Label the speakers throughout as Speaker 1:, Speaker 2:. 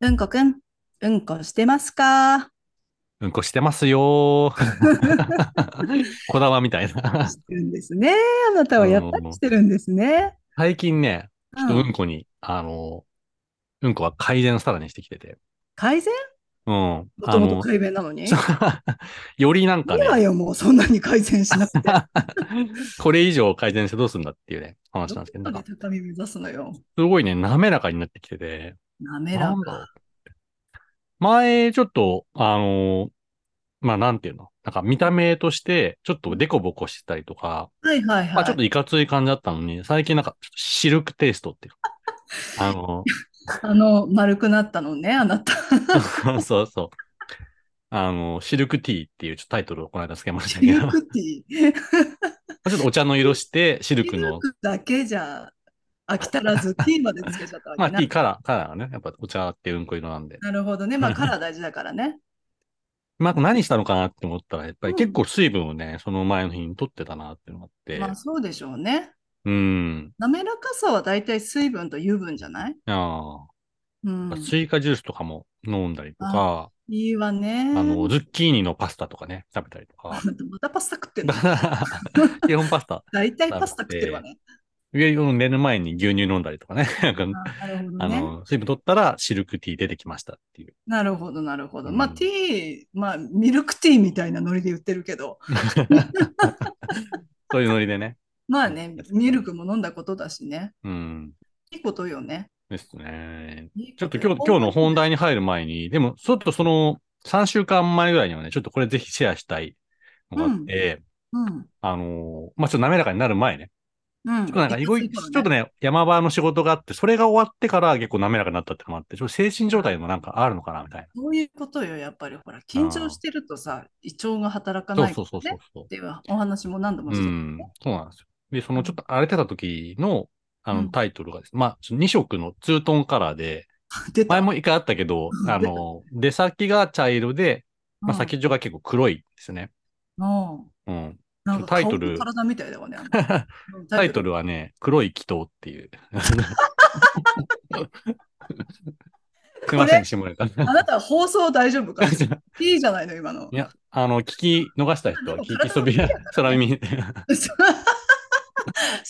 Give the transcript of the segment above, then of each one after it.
Speaker 1: うんこくん、うんこしてますか
Speaker 2: うんこしてますよ ー。こだわみたいな。
Speaker 1: してるんですね。あなたはやっぱりしてるんですね。
Speaker 2: 最近ね、ちょっと
Speaker 1: う
Speaker 2: うんんこに、あの、うんこは改善さらにしてきてて。
Speaker 1: 改善
Speaker 2: うん。
Speaker 1: も
Speaker 2: あ
Speaker 1: ともと
Speaker 2: の、
Speaker 1: 改善なのに。 い
Speaker 2: よりなんか
Speaker 1: いわ
Speaker 2: ね、
Speaker 1: よ、もうそんなに改善しな くて。
Speaker 2: これ以上改善してどうするんだっていうね、話な
Speaker 1: ど
Speaker 2: んですけど、
Speaker 1: こ
Speaker 2: な
Speaker 1: で
Speaker 2: んか
Speaker 1: 高み目指すのよ。
Speaker 2: すごいね、滑らかになってきてて。
Speaker 1: 滑
Speaker 2: な
Speaker 1: ら
Speaker 2: んだろ
Speaker 1: か。
Speaker 2: う前、ちょっと、あの、まあ、なんていうのなんか見た目として、ちょっとデコボコしてたりとか、
Speaker 1: はいはい
Speaker 2: ま
Speaker 1: は
Speaker 2: あ、ちょっと
Speaker 1: い。
Speaker 2: いかつい感じだったのに、最近なんか、シルクテイストっていうか。 あの、
Speaker 1: あの、丸くなったのね、あなた。
Speaker 2: そうそう。あの、シルクティーっていうちょっとタイトルをこの間つけまし
Speaker 1: シ
Speaker 2: たけど、
Speaker 1: ル
Speaker 2: ま
Speaker 1: クティー。
Speaker 2: あちょっとお茶の色して、シルク
Speaker 1: シル
Speaker 2: の、
Speaker 1: クだけじゃ飽き足らず、ティーまでつけちゃったわ
Speaker 2: まあ、
Speaker 1: け
Speaker 2: テ
Speaker 1: な
Speaker 2: ィー。カラー、カラーがね、やっぱお茶ってうんこ色なんで。
Speaker 1: なるほどね。まあ、カラー大事だから ね。
Speaker 2: まあ、何したのかなって思ったら、やっぱり
Speaker 1: うん
Speaker 2: 結構水分をね、その前の日に取ってたなっていうのがあって、
Speaker 1: まあ、そうでしょうね。
Speaker 2: うん。
Speaker 1: 滑らかさは大体水分と油分じゃない
Speaker 2: あ
Speaker 1: う
Speaker 2: あ、
Speaker 1: ん。
Speaker 2: スイカジュースとかも飲んだりとか、
Speaker 1: いいわね。
Speaker 2: あ の、ズッキーニのパスタとかね、食べたりとか。
Speaker 1: またパスタ食ってんの
Speaker 2: だから基本パスタ。
Speaker 1: 大体パスタ食ってるわね。
Speaker 2: 上を寝る前に牛乳飲んだりと かね。なんか
Speaker 1: あなるほど
Speaker 2: あ
Speaker 1: ね。
Speaker 2: の、水分取ったらシルクティー出てきましたっ ていう。
Speaker 1: なるほど、なるほど。
Speaker 2: うん
Speaker 1: まあ、ティー、まあ、ミルクティーみたいなノリで言ってるけど、
Speaker 2: そういうノリでね。
Speaker 1: まあね、ミルクも飲んだことだしね。
Speaker 2: うん。
Speaker 1: いいことよね。
Speaker 2: ですね。
Speaker 1: いい
Speaker 2: ちょっ
Speaker 1: ことよ
Speaker 2: 今日、今日の本題に入る前に、でも、ちょっとその、3週間前ぐらいにはね、ちょっとこれぜひシェアしたいのがあって、
Speaker 1: うん。
Speaker 2: あのーまあ、ちょっと滑らかになる前ね。
Speaker 1: うん。
Speaker 2: ちょっとなんか、
Speaker 1: い
Speaker 2: い
Speaker 1: か
Speaker 2: ご
Speaker 1: つ
Speaker 2: い
Speaker 1: い
Speaker 2: ち
Speaker 1: 頃ね
Speaker 2: ょっとね、山場の仕事があって、それが終わってから結構滑らかになったってのもあって、ちょっと精神状態もなんかあるのかな、みたい
Speaker 1: そういうことよ、やっぱり。ほら、緊張してるとさ、胃腸が働か
Speaker 2: な。
Speaker 1: ない
Speaker 2: そうそうそう
Speaker 1: ね
Speaker 2: そう
Speaker 1: っ
Speaker 2: そう。
Speaker 1: ていうお話も何度もして
Speaker 2: う
Speaker 1: る。
Speaker 2: ん、そうなんですよ。で、その
Speaker 1: うん
Speaker 2: ちょっと荒れてた時の、あ
Speaker 1: う
Speaker 2: の、
Speaker 1: ん
Speaker 2: タイトルがですね、まあ、2色のツートンカラーで、
Speaker 1: 出た
Speaker 2: 前も一回あったけど
Speaker 1: う、ん
Speaker 2: あの、出先が茶色で、まあ、
Speaker 1: うん
Speaker 2: 先っちょが結構黒いですね。
Speaker 1: うん
Speaker 2: うん。
Speaker 1: なんか
Speaker 2: タイト
Speaker 1: 顔
Speaker 2: ル
Speaker 1: の体みたいだわね。あの うん
Speaker 2: タイトルはね、黒い祈祷っ ていう。すいません、下ネタ。い
Speaker 1: あなたは放送大丈夫かい
Speaker 2: や
Speaker 1: いじゃないの、今の
Speaker 2: い。や、あの、聞き逃した人は聞きそび
Speaker 1: でも体の
Speaker 2: や
Speaker 1: 不備だ、からね
Speaker 2: 空耳。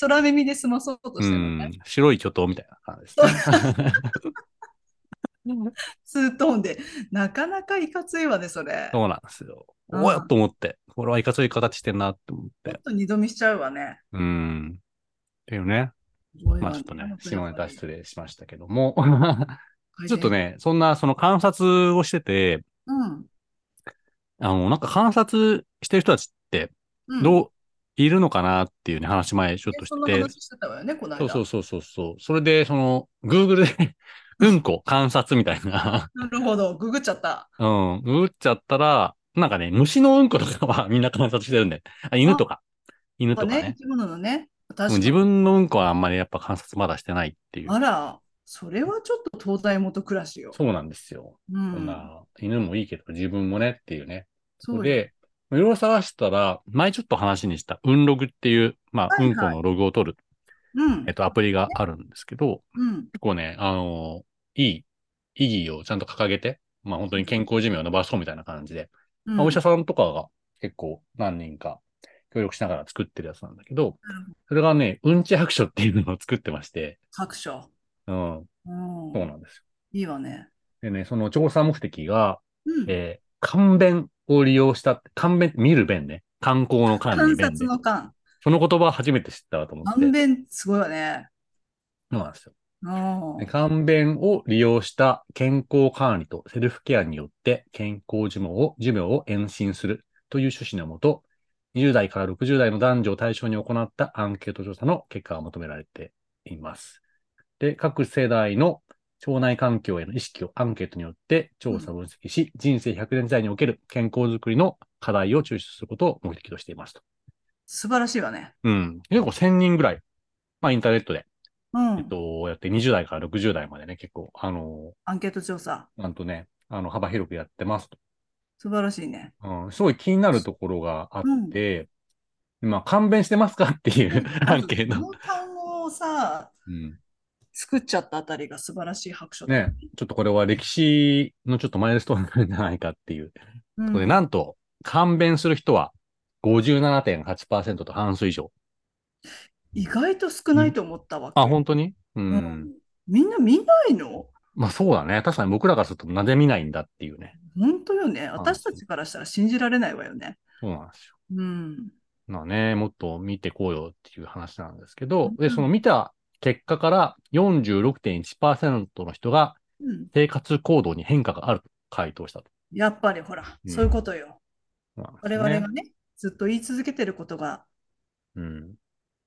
Speaker 1: 空耳で済まそうと
Speaker 2: う
Speaker 1: してるのね。
Speaker 2: ん、白い巨頭みたいな感じですね。
Speaker 1: ツートーンで、なかなかいかついわね、それ。ち
Speaker 2: そうなんですよ。
Speaker 1: うん
Speaker 2: おやと思って、これはいかつい形してんなって思っ
Speaker 1: ょ
Speaker 2: て
Speaker 1: っ。と二度見しちゃうわね。
Speaker 2: うん。っていうね。まあちょっとね、下ネタ失礼しましたけども。ちょっと。ね、そんなその観察をしてて、
Speaker 1: うん。
Speaker 2: あの、なんか観察してる人たちって、
Speaker 1: うん
Speaker 2: どう、いるのかなっていうね、話前ちょっと
Speaker 1: ね
Speaker 2: し
Speaker 1: そんな
Speaker 2: てて。
Speaker 1: 話してたわよね、この
Speaker 2: そう
Speaker 1: 間。
Speaker 2: そうそうそうそう。それで、その、Google で、 うんこ観察みたいな。
Speaker 1: なるほど、ググっちゃった。
Speaker 2: うん、ググっちゃったら、なんかね、虫のうんことかはみんな観察してるんで。あ、犬とか。犬とか
Speaker 1: ね
Speaker 2: ね
Speaker 1: 生。き物のね。
Speaker 2: で
Speaker 1: 確
Speaker 2: も
Speaker 1: か
Speaker 2: 自
Speaker 1: に。
Speaker 2: 分のうんこはあんまりやっぱ観察まだしてないっていう
Speaker 1: あ。ら、それはちょっと東大元暮らしよ。
Speaker 2: そうなんですよ。
Speaker 1: う
Speaker 2: そん
Speaker 1: ん。
Speaker 2: な、犬もいいけど自分もねっていうね。
Speaker 1: そうよ。
Speaker 2: で、いろいろ探したら、前ちょっと話にした、うんログっていう、まあ、
Speaker 1: はいはい
Speaker 2: うんこのログを取る、
Speaker 1: うん
Speaker 2: えっ。と、アプリがあるんですけど、
Speaker 1: うん。
Speaker 2: 結構ね、あの、いい、意義をちゃんと掲げて、まあ本当に健康寿命を伸ばそうみたいな感じで、
Speaker 1: うん
Speaker 2: まあお医者さんとかが結構何人か協力しながら作ってるやつなんだけど
Speaker 1: なるほ、
Speaker 2: それがね、うんち白書っていうのを作ってまして、
Speaker 1: 各所。
Speaker 2: うん、
Speaker 1: うん
Speaker 2: そうなんですよ
Speaker 1: いいわね。
Speaker 2: でね、その調査目的が、
Speaker 1: うん。
Speaker 2: えー、勘弁を利用したって、勘弁、見る弁ね。観光の勘に
Speaker 1: 観
Speaker 2: 弁で
Speaker 1: 察。の間。
Speaker 2: その言葉初めて知ったわと思って。
Speaker 1: 勘弁すごいわね。
Speaker 2: そうなんですよ。
Speaker 1: うん
Speaker 2: で勘弁を利用した健康管理とセルフケアによって健康寿命を、寿命を延伸するという趣旨のもと、20代から60代の男女を対象に行ったアンケート調査の結果が求められています。で、各世代の腸内環境への意識をアンケートによって調査分析し、人生100年時代における健康づくりの課題を抽出することを目的としていますと。
Speaker 1: 素晴らしいわね。
Speaker 2: うん。結構1000人ぐらい、まあインターネットで、
Speaker 1: うん
Speaker 2: えっと、やって20代から60代までね、結構、あのー
Speaker 1: アンケート調査。
Speaker 2: なんとね、あの、幅広くやってますと。
Speaker 1: 素晴らしいね。
Speaker 2: うん、すごい気になるところがあって、 まあ、勘弁してますかっていうアンケー
Speaker 1: こ
Speaker 2: ト。
Speaker 1: の単語をさ、作っちゃったあたりが素晴らしい白書だ
Speaker 2: ね、ちょっとこれは歴史のちょっとマイルストーンになるんじゃないかっていう。
Speaker 1: うん
Speaker 2: これなんと、勘弁する人は57.8%と半数以上。
Speaker 1: 意外と少ないと思ったわけ。
Speaker 2: あ、本当にうん。
Speaker 1: うんみんな見ないの
Speaker 2: まあそうだね。確かに僕らからするとなぜ見ないんだっていうね。
Speaker 1: 本当よね。私たちからしたら信じられないわよね。
Speaker 2: そうなんですよ。
Speaker 1: うん。
Speaker 2: まあね、もっと見てこうよっていう話なんですけど、
Speaker 1: う
Speaker 2: で、
Speaker 1: ん
Speaker 2: その見た結果から46.1%の人が
Speaker 1: うん、
Speaker 2: 生活行動に変化があると回答したと。
Speaker 1: やっぱりほら、
Speaker 2: うん
Speaker 1: そういうことよ。
Speaker 2: そう
Speaker 1: 我
Speaker 2: な
Speaker 1: 々
Speaker 2: んですね
Speaker 1: がね、ずっと言い続けてることが、
Speaker 2: うん、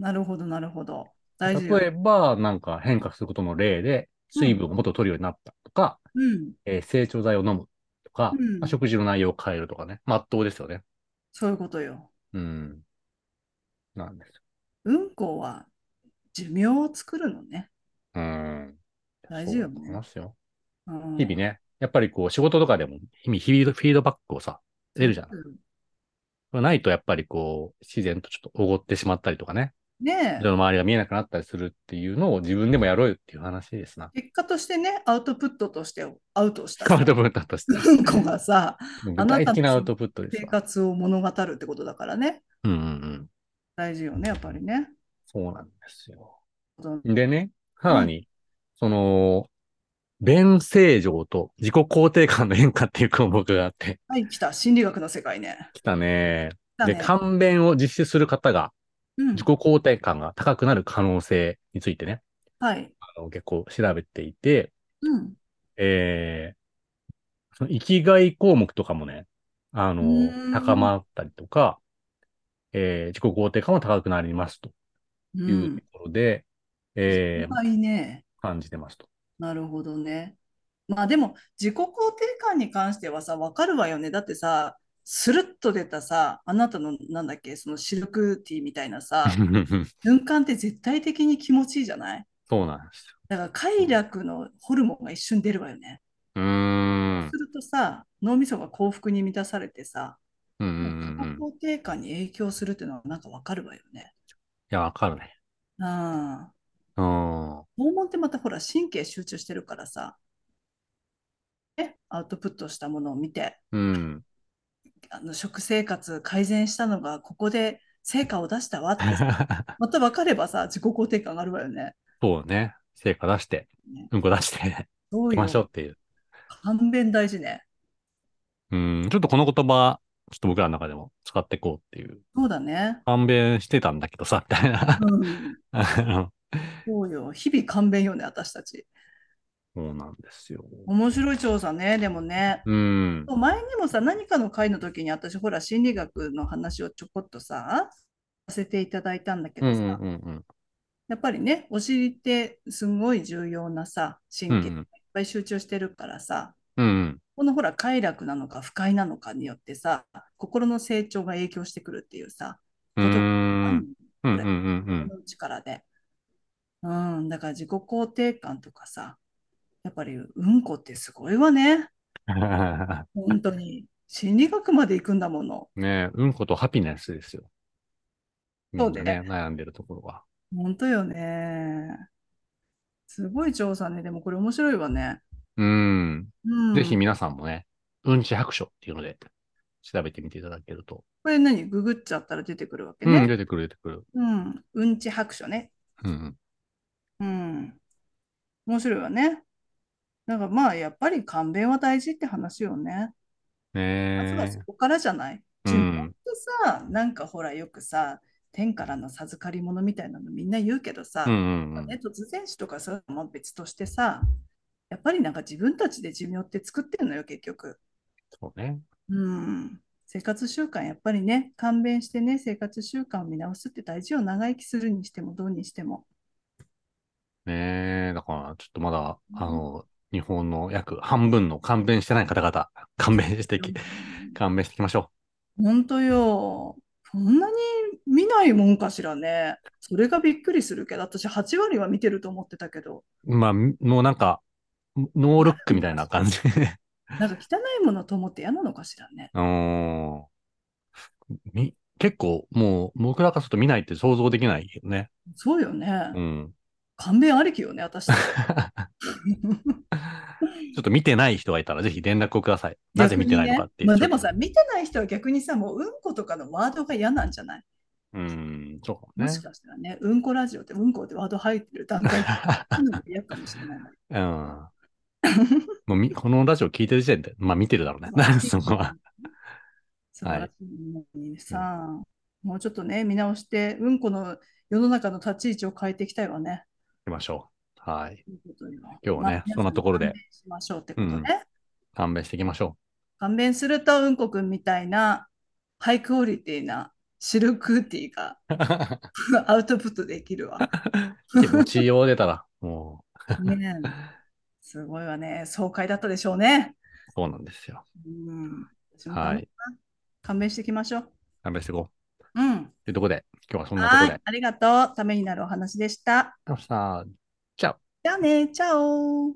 Speaker 1: なるほど、なるほど。大事よ。
Speaker 2: 例えば、なんか変化することの例で、水分をもっと取るようになったとか、
Speaker 1: うん。
Speaker 2: えー成長剤を飲むとか、
Speaker 1: うん
Speaker 2: まあ食事の内容を変えるとかね、まっとうですよね。
Speaker 1: そういうことよ。
Speaker 2: うん。なんですよ。
Speaker 1: うんこは寿命を作るのね。
Speaker 2: うん。
Speaker 1: 大事よね
Speaker 2: そう思いますよ。
Speaker 1: うん
Speaker 2: 日々ね、やっぱりこう仕事とかでも日々フィードフィードバックをさ、得るじゃん。
Speaker 1: うん
Speaker 2: これないとやっぱりこう、自然とちょっとおごってしまったりとかね、
Speaker 1: ね
Speaker 2: 人
Speaker 1: え
Speaker 2: の周りが見えなくなったりするっていうのを自分でもやろうよっていう話ですな。
Speaker 1: 結果としてね、アウトプットとしてアウトした
Speaker 2: ア
Speaker 1: さ
Speaker 2: ウトプットとして。
Speaker 1: うんこがさ、
Speaker 2: 具
Speaker 1: あなた
Speaker 2: 体
Speaker 1: の
Speaker 2: 的なアウトプットで
Speaker 1: 生
Speaker 2: すわ。
Speaker 1: 活を物語るってことだからね。
Speaker 2: うんうんうん。
Speaker 1: 大事よね、やっぱりね。
Speaker 2: そうなんですよ。
Speaker 1: うん
Speaker 2: でね、さらに、その、弁正常と自己肯定感の変化っていう項目があって、
Speaker 1: はい、来た。心理学の世界ね。
Speaker 2: きたね。
Speaker 1: 来た
Speaker 2: で、
Speaker 1: ね
Speaker 2: 勘弁を実施する方が
Speaker 1: うん
Speaker 2: 自己肯定感が高くなる可能性についてね、
Speaker 1: はい。
Speaker 2: あの結構調べていて、
Speaker 1: うん。
Speaker 2: えー、その生きがい項目とかもね、あの
Speaker 1: うー、ん
Speaker 2: 高まったりとか、えー自己肯定感も高くなりますと
Speaker 1: う
Speaker 2: いうんと。ころで、え
Speaker 1: やっ
Speaker 2: ー
Speaker 1: ぱりね。
Speaker 2: 感じてますと。
Speaker 1: なるほどね。まあでも自己肯定感に関してはさ、わかるわよね。だってさ、スルッと出たさ、あなたのなんだっけ、そのシルクティーみたいな さ、瞬間って絶対的に気持ちいいじゃない
Speaker 2: そうなんです
Speaker 1: だから快楽のホルモンが一瞬出るわよね。
Speaker 2: よ。うーん
Speaker 1: す。るとさ、脳みそが幸福に満たされてさ、
Speaker 2: うんうん
Speaker 1: 自己
Speaker 2: うんうん。い
Speaker 1: 肯定感に影響するっていうのはなんかわかるわよね。
Speaker 2: や、わかるね。
Speaker 1: うん。
Speaker 2: うん。は
Speaker 1: 訪問ってまたほら神経集中してるからさ、ね、アウトプットしたものを見て、
Speaker 2: うん。
Speaker 1: あの食生活改善したのがここで成果を出した わってさまた分かればさ自己肯定感上がるわよね。
Speaker 2: そうね。成果出して
Speaker 1: ね、
Speaker 2: うんこ出して、
Speaker 1: どう
Speaker 2: 行き
Speaker 1: よ
Speaker 2: ましょうっていう。
Speaker 1: 勘弁大事ね。
Speaker 2: うん。ちょっとこの言葉、ちょっと僕らの中でも使っていこうっていう。
Speaker 1: そうだね。
Speaker 2: 勘弁してたんだけどさ、みた いな。
Speaker 1: うん、
Speaker 2: あの
Speaker 1: そうよ。日々勘弁よね私たち。
Speaker 2: そうなんですよ。
Speaker 1: 面白い調査ねでもね。
Speaker 2: うん。
Speaker 1: 前にもさ何かの回の時に私ほら心理学の話をちょこっとささせていただいたんだけ
Speaker 2: うんう
Speaker 1: ど
Speaker 2: ん
Speaker 1: さ、
Speaker 2: うん
Speaker 1: やっぱりねお尻ってすごい重要なさ
Speaker 2: うん。う
Speaker 1: 神経いっ
Speaker 2: ん
Speaker 1: ぱい集中してるからさ、
Speaker 2: うん。うん
Speaker 1: このほら快楽なのか不快なのかによってさ心の成長が影響してくるっていうさ、
Speaker 2: うん。うんうんうんう
Speaker 1: こ
Speaker 2: ん。
Speaker 1: の力で、うん、だから自己肯定感とかさやっぱりうんこってすごいわね本当に心理学まで行くんだもの
Speaker 2: ねえうんことハピネスですよ。み
Speaker 1: そう
Speaker 2: ん
Speaker 1: だ
Speaker 2: な
Speaker 1: よ
Speaker 2: ね
Speaker 1: ね、
Speaker 2: 悩んでるところは。
Speaker 1: 本当よねすごい調査ねでもこれ面白いわね、
Speaker 2: うん。
Speaker 1: うん、
Speaker 2: ぜひ皆さんもね、うんち白書っていうので調べてみていただけると。
Speaker 1: これ何ググっちゃったら出てくるわけ
Speaker 2: うん、
Speaker 1: ね
Speaker 2: 出てくる出てくる。
Speaker 1: うん、うんち白書ね
Speaker 2: うん
Speaker 1: うん。面白いわね。なんかまあ、やっぱり勘弁は大事って話よね。
Speaker 2: うん。
Speaker 1: まずは
Speaker 2: ね
Speaker 1: そこからじゃない。
Speaker 2: え。う
Speaker 1: 自分っ
Speaker 2: ん
Speaker 1: て。さ、なんかほらよくさ、天からの授かり物みたいなのみんな言うけどさ、
Speaker 2: うんうんうん。
Speaker 1: ね、突然死とかそういうのも別としてさ、やっぱりなんか自分たちで寿命って作ってるのよ、結局。
Speaker 2: そうね。
Speaker 1: うん。生活習慣、やっぱりね、勘弁してね、生活習慣を見直すって大事よ。長生きするにしても、どうにしても。
Speaker 2: ねえ。だから、ちょっとまだ、
Speaker 1: うん
Speaker 2: あの、日本の約半分の勘弁してない方々、勘弁してき、勘弁していきましょ
Speaker 1: 本当よ。そんなに見ないもんかしらね。それがびっくりするけど、私8割は見てると思ってたけど、
Speaker 2: う。まあ、もうなんか、ノールックみたいな感じ。
Speaker 1: なんか汚いものと思って嫌なのかしらね。
Speaker 2: うーん。み、結構もう僕らからすると見ないって想像できないよね。
Speaker 1: そうよね
Speaker 2: う。ん。
Speaker 1: 勘弁ありきよね、私たち。
Speaker 2: ちょっと見てない人がいたら、ぜひ連絡をください。 なぜ見てないのかっていう。
Speaker 1: 逆にねまあ、でもさ、見てない人は逆にさ、もううんことかのワードが嫌なんじゃない
Speaker 2: うん、そうかも
Speaker 1: も
Speaker 2: ね
Speaker 1: し。かしたらね、うんこラジオってうんこってワード入ってる段階で うんのが嫌かもしれない。
Speaker 2: うん。 もうみ、このラジオ聞いてる時点で、まあ見てるだろうね。なん そこは。
Speaker 1: 素晴らしいのにさ、もうちょっとね、見直して、うんこの世の中の立ち位置を変えていきたいわね。
Speaker 2: 行きましょう。はい。
Speaker 1: 今
Speaker 2: 今日はねそんなところで
Speaker 1: しましょうってことね。
Speaker 2: うん勘弁していきましょ
Speaker 1: 勘弁すると、うんこくんみたいな、ハイクオリティなシルクティが
Speaker 2: う。
Speaker 1: アウトプットできるわ。
Speaker 2: 気持ちよう出たら、も
Speaker 1: ねえすごいわね。爽快だったでしょうね。
Speaker 2: う、そうなんですよ。
Speaker 1: うん、私も
Speaker 2: はい。
Speaker 1: 勘弁していきましょう。
Speaker 2: 勘弁していこ
Speaker 1: う
Speaker 2: う。
Speaker 1: ん。
Speaker 2: というところで、今日はそんなとこ
Speaker 1: は
Speaker 2: ろで。あり
Speaker 1: い。ありがとう。ためになるお話でした。
Speaker 2: がとうございました。
Speaker 1: じゃあね、チャオ。